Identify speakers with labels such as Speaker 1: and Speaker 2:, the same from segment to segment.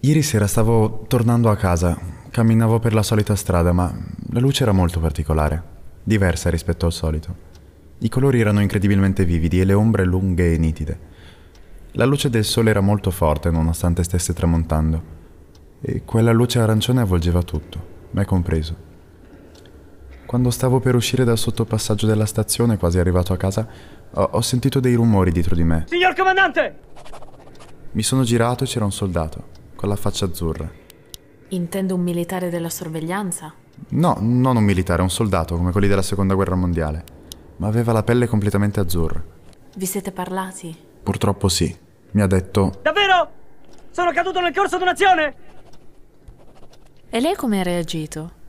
Speaker 1: Ieri sera stavo tornando a casa, camminavo per la solita strada, ma la luce era molto particolare, diversa rispetto al solito. I colori erano incredibilmente vividi e le ombre lunghe e nitide. La luce del sole era molto forte nonostante stesse tramontando, e quella luce arancione avvolgeva tutto, me compreso. Quando stavo per uscire dal sottopassaggio della stazione, quasi arrivato a casa, ho, ho sentito dei rumori dietro di me.
Speaker 2: Signor comandante!
Speaker 1: Mi sono girato e c'era un soldato, con la faccia azzurra.
Speaker 3: Intendo un militare della sorveglianza?
Speaker 1: No, non un militare, un soldato, come quelli della seconda guerra mondiale. Ma aveva la pelle completamente azzurra.
Speaker 3: Vi siete parlati?
Speaker 1: Purtroppo sì. Mi ha detto,
Speaker 2: Davvero? Sono caduto nel corso di un'azione!
Speaker 3: E lei come ha reagito?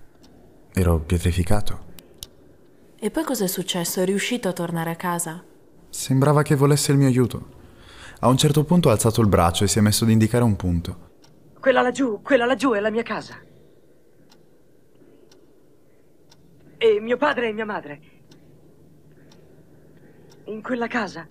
Speaker 1: ero pietrificato.
Speaker 3: E poi cos'è successo? È riuscito a tornare a casa?
Speaker 1: Sembrava che volesse il mio aiuto. A un certo punto ha alzato il braccio e si è messo ad indicare un punto.
Speaker 2: Quella laggiù, quella laggiù è la mia casa. E mio padre e mia madre. In quella casa.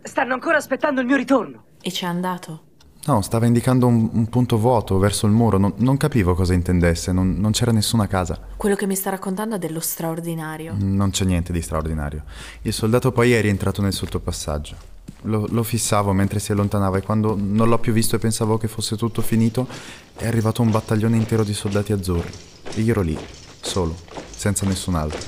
Speaker 2: Stanno ancora aspettando il mio ritorno.
Speaker 3: E c'è andato?
Speaker 1: No, stava indicando un, un punto vuoto verso il muro, non, non capivo cosa intendesse, non, non c'era nessuna casa.
Speaker 3: Quello che mi sta raccontando è dello straordinario.
Speaker 1: Non c'è niente di straordinario. Il soldato poi è rientrato nel sottopassaggio. Lo, lo fissavo mentre si allontanava e quando non l'ho più visto e pensavo che fosse tutto finito, è arrivato un battaglione intero di soldati azzurri. E io ero lì, solo, senza nessun altro.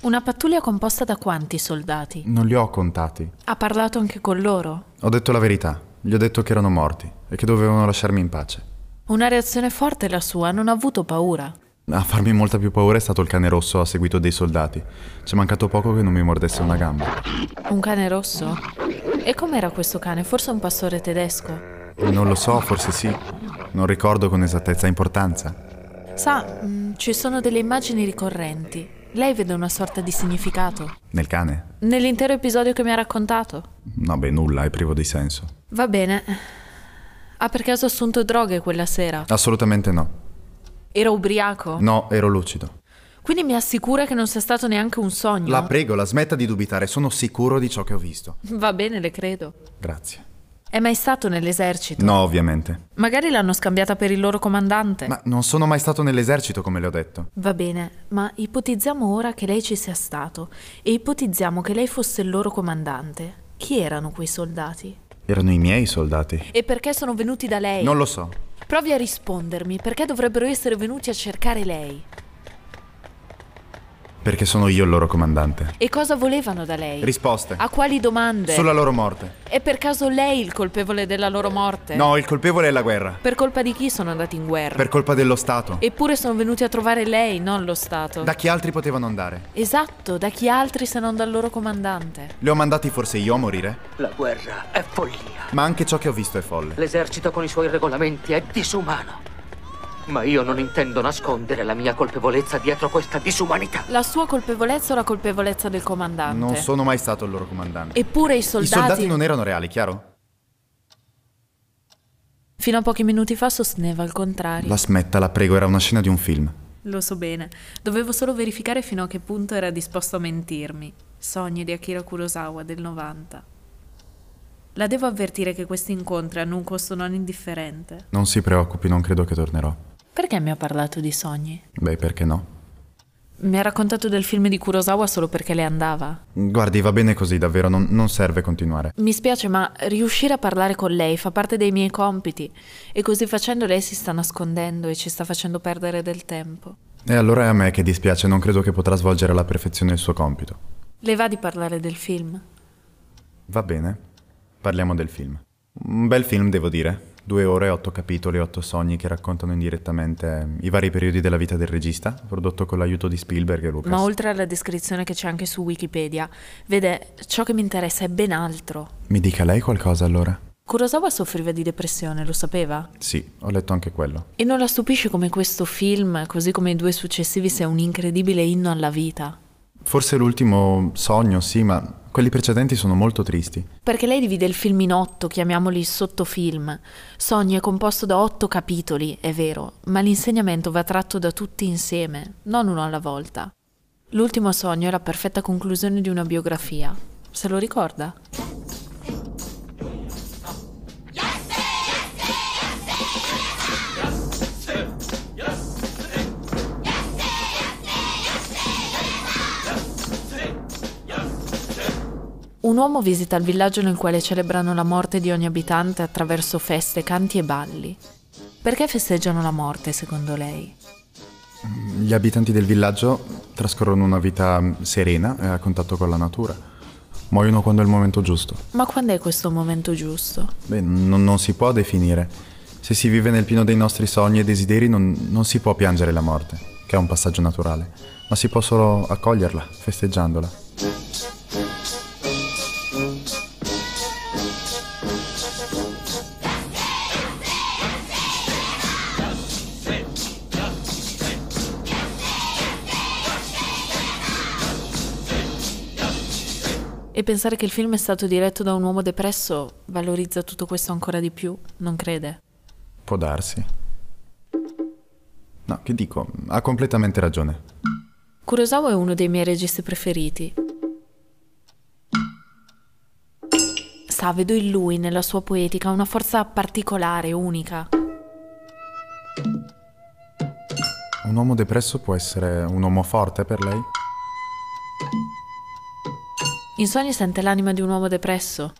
Speaker 3: Una pattuglia composta da quanti soldati?
Speaker 1: Non li ho contati.
Speaker 3: Ha parlato anche con loro?
Speaker 1: Ho detto la verità, gli ho detto che erano morti e che dovevano lasciarmi in pace.
Speaker 3: Una reazione forte la sua, non ha avuto paura.
Speaker 1: A farmi molta più paura è stato il cane rosso a seguito dei soldati. C'è mancato poco che non mi mordesse una gamba.
Speaker 3: Un cane rosso? E com'era questo cane? Forse un pastore tedesco?
Speaker 1: Non lo so, forse sì. Non ricordo con esattezza importanza.
Speaker 3: Sa, mh, ci sono delle immagini ricorrenti. Lei vede una sorta di significato.
Speaker 1: Nel cane?
Speaker 3: Nell'intero episodio che mi ha raccontato?
Speaker 1: No, beh, nulla, è privo di senso.
Speaker 3: Va bene. Ah, Ha per caso assunto droghe quella sera?
Speaker 1: Assolutamente no.
Speaker 3: Era ubriaco?
Speaker 1: No, ero lucido.
Speaker 3: Quindi mi assicura che non sia stato neanche un sogno?
Speaker 1: La prego, la smetta di dubitare, sono sicuro di ciò che ho visto.
Speaker 3: Va bene, le credo.
Speaker 1: Grazie.
Speaker 3: È mai stato nell'esercito?
Speaker 1: No, ovviamente.
Speaker 3: Magari l'hanno scambiata per il loro comandante.
Speaker 1: Ma non sono mai stato nell'esercito, come le ho detto.
Speaker 3: Va bene, ma ipotizziamo ora che lei ci sia stato e ipotizziamo che lei fosse il loro comandante. Chi erano quei soldati?
Speaker 1: Erano i miei soldati.
Speaker 3: E perché sono venuti da lei?
Speaker 1: Non lo so.
Speaker 3: Provi a rispondermi, perché dovrebbero essere venuti a cercare lei?
Speaker 1: Perché sono io il loro comandante.
Speaker 3: E cosa volevano da lei?
Speaker 1: Risposte.
Speaker 3: a quali domande?
Speaker 1: Sulla loro morte.
Speaker 3: È per caso lei il colpevole della loro morte?
Speaker 1: No, il colpevole è la guerra.
Speaker 3: Per colpa di chi sono andati in guerra?
Speaker 1: Per colpa dello Stato.
Speaker 3: Eppure sono venuti a trovare lei, non lo Stato.
Speaker 1: Da chi altri potevano andare?
Speaker 3: Esatto, da chi altri se non dal loro comandante?
Speaker 1: Le ho mandati forse io a morire?
Speaker 4: La guerra è follia.
Speaker 1: Ma anche ciò che ho visto è folle.
Speaker 4: L'esercito con i suoi regolamenti è disumano. Ma io non intendo nascondere la mia colpevolezza dietro questa disumanità.
Speaker 3: La sua colpevolezza o la colpevolezza del comandante?
Speaker 1: Non sono mai stato il loro comandante.
Speaker 3: Eppure i
Speaker 1: I
Speaker 3: soldati,
Speaker 1: soldati non erano reali, chiaro?
Speaker 3: fino a pochi minuti fa sosteneva il contrario.
Speaker 1: La smetta, la prego, era una scena di un film.
Speaker 3: Lo so bene, dovevo solo verificare fino a che punto era disposto a mentirmi. Sogni di Akira Kurosawa del 90. La devo avvertire che questi incontri hanno un costo non indifferente.
Speaker 1: Non si preoccupi, non credo che tornerò.
Speaker 3: Perché mi ha parlato di sogni?
Speaker 1: Beh, perché no?
Speaker 3: Mi ha raccontato del film di Kurosawa solo perché le andava.
Speaker 1: Guardi, va bene così, davvero, non, non serve continuare.
Speaker 3: Mi spiace, ma riuscire a parlare con lei fa parte dei miei compiti e così facendo lei si sta nascondendo e ci sta facendo perdere del tempo.
Speaker 1: E allora è a me che dispiace, non credo che potrà svolgere alla perfezione il suo compito.
Speaker 3: Le va di parlare del film?
Speaker 1: Va bene, parliamo del film. Un bel film, devo dire. Due ore, otto capitoli, otto sogni che raccontano indirettamente eh, i vari periodi della vita del regista, prodotto con l'aiuto di Spielberg e Lucas.
Speaker 3: Ma oltre alla descrizione che c'è anche su Wikipedia, vede, ciò che mi interessa è ben altro.
Speaker 1: Mi dica lei qualcosa allora?
Speaker 3: Kurosawa soffriva di depressione, lo sapeva?
Speaker 1: Sì, ho letto anche quello.
Speaker 3: E non la stupisce come questo film, così come i due successivi, sia un incredibile inno alla vita.
Speaker 1: Forse l'ultimo sogno, sì, ma quelli precedenti sono molto tristi.
Speaker 3: Perché lei divide il film in otto, chiamiamoli sottofilm. Sogni è composto da otto capitoli, è vero, ma l'insegnamento va tratto da tutti insieme, non uno alla volta. L'ultimo sogno è la perfetta conclusione di una biografia. Se lo ricorda? Un uomo visita il villaggio nel quale celebrano la morte di ogni abitante attraverso feste, canti e balli. Perché festeggiano la morte, secondo lei?
Speaker 1: Gli abitanti del villaggio trascorrono una vita mm, serena e a contatto con la natura. Muoiono quando è il momento giusto.
Speaker 3: Ma quando è questo momento giusto?
Speaker 1: Beh, non, non si può definire. Se si vive nel pieno dei nostri sogni e desideri non, non si può piangere la morte, che è un passaggio naturale, ma si può solo accoglierla, festeggiandola.
Speaker 3: E pensare che il film è stato diretto da un uomo depresso valorizza tutto questo ancora di più, non crede?
Speaker 1: Può darsi. No, che dico, ha completamente ragione.
Speaker 3: Kurosawa è uno dei miei registi preferiti. Sa, vedo in lui, nella sua poetica, una forza particolare, unica.
Speaker 1: Un uomo depresso può essere un uomo forte per lei?
Speaker 3: In sogni sente l'anima di un uomo depresso.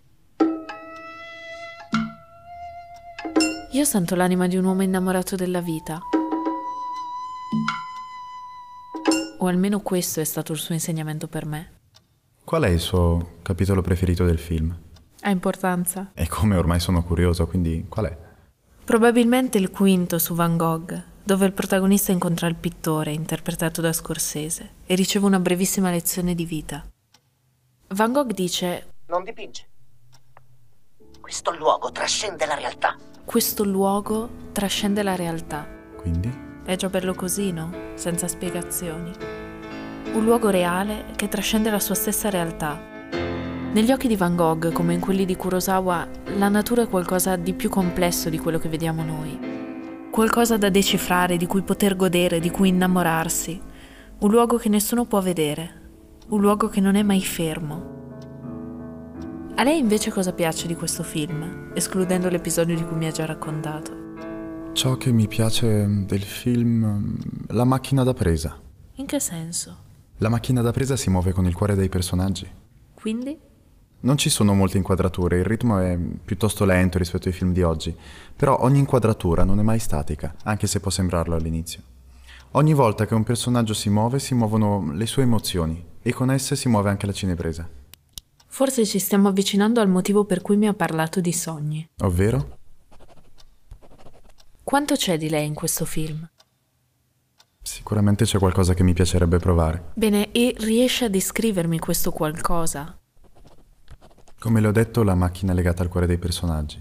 Speaker 3: Io sento l'anima di un uomo innamorato della vita. O almeno questo è stato il suo insegnamento per me.
Speaker 1: Qual è il suo capitolo preferito del film?
Speaker 3: Ha importanza?
Speaker 1: E come ormai sono curioso, quindi qual è?
Speaker 3: Probabilmente il quinto su Van Gogh, dove il protagonista incontra il pittore, interpretato da Scorsese, e riceve una brevissima lezione di vita. Van Gogh dice:
Speaker 5: Non dipinge. Questo luogo trascende la realtà.
Speaker 3: Questo luogo trascende la realtà.
Speaker 1: Quindi?
Speaker 3: È già bello così, no? Senza spiegazioni. Un luogo reale che trascende la sua stessa realtà. Negli occhi di Van Gogh, come in quelli di Kurosawa, la natura è qualcosa di più complesso di quello che vediamo noi. Qualcosa da decifrare, di cui poter godere, di cui innamorarsi. Un luogo che nessuno può vedere. Un luogo che non è mai fermo. A lei invece cosa piace di questo film, escludendo l'episodio di cui mi ha già raccontato?
Speaker 1: Ciò che mi piace del film... La macchina da presa.
Speaker 3: In che senso?
Speaker 1: La macchina da presa si muove con il cuore dei personaggi.
Speaker 3: Quindi?
Speaker 1: Non ci sono molte inquadrature, il ritmo è piuttosto lento rispetto ai film di oggi, però ogni inquadratura non è mai statica, anche se può sembrarlo all'inizio. Ogni volta che un personaggio si muove si muovono le sue emozioni e con esse si muove anche la cinepresa,
Speaker 3: Forse ci stiamo avvicinando al motivo per cui mi ha parlato di sogni.
Speaker 1: ovvero
Speaker 3: Quanto c'è di lei in questo film?
Speaker 1: sicuramente c'è qualcosa che mi piacerebbe provare.
Speaker 3: Bene, e riesce a descrivermi questo qualcosa?
Speaker 1: Come le ho detto, la macchina è legata al cuore dei personaggi.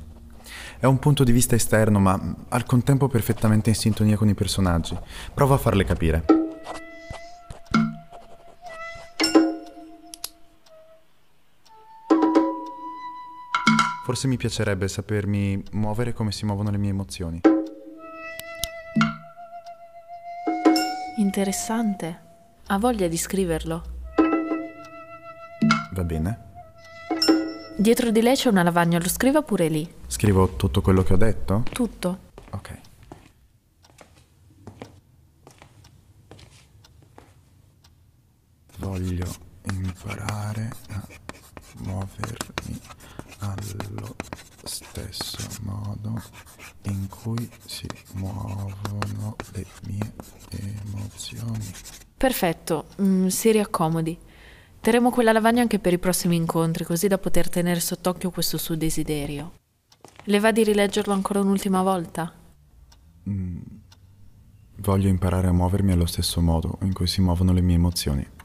Speaker 1: È un punto di vista esterno, ma al contempo perfettamente in sintonia con i personaggi. Prova a farle capire. Forse mi piacerebbe sapermi muovere come si muovono le mie emozioni.
Speaker 3: Interessante. Ha voglia di scriverlo.
Speaker 1: Va bene?
Speaker 3: Dietro di lei c'è una lavagna, lo scriva pure lì.
Speaker 1: Scrivo tutto quello che ho detto?
Speaker 3: Tutto.
Speaker 1: Ok. Voglio imparare a muovermi allo stesso modo in cui si muovono le mie emozioni.
Speaker 3: Perfetto, mm, si riaccomodi. Terremo quella lavagna anche per i prossimi incontri, così da poter tenere sott'occhio questo suo desiderio. Le va di rileggerlo ancora un'ultima volta?
Speaker 1: Voglio imparare a muovermi allo stesso modo in cui si muovono le mie emozioni.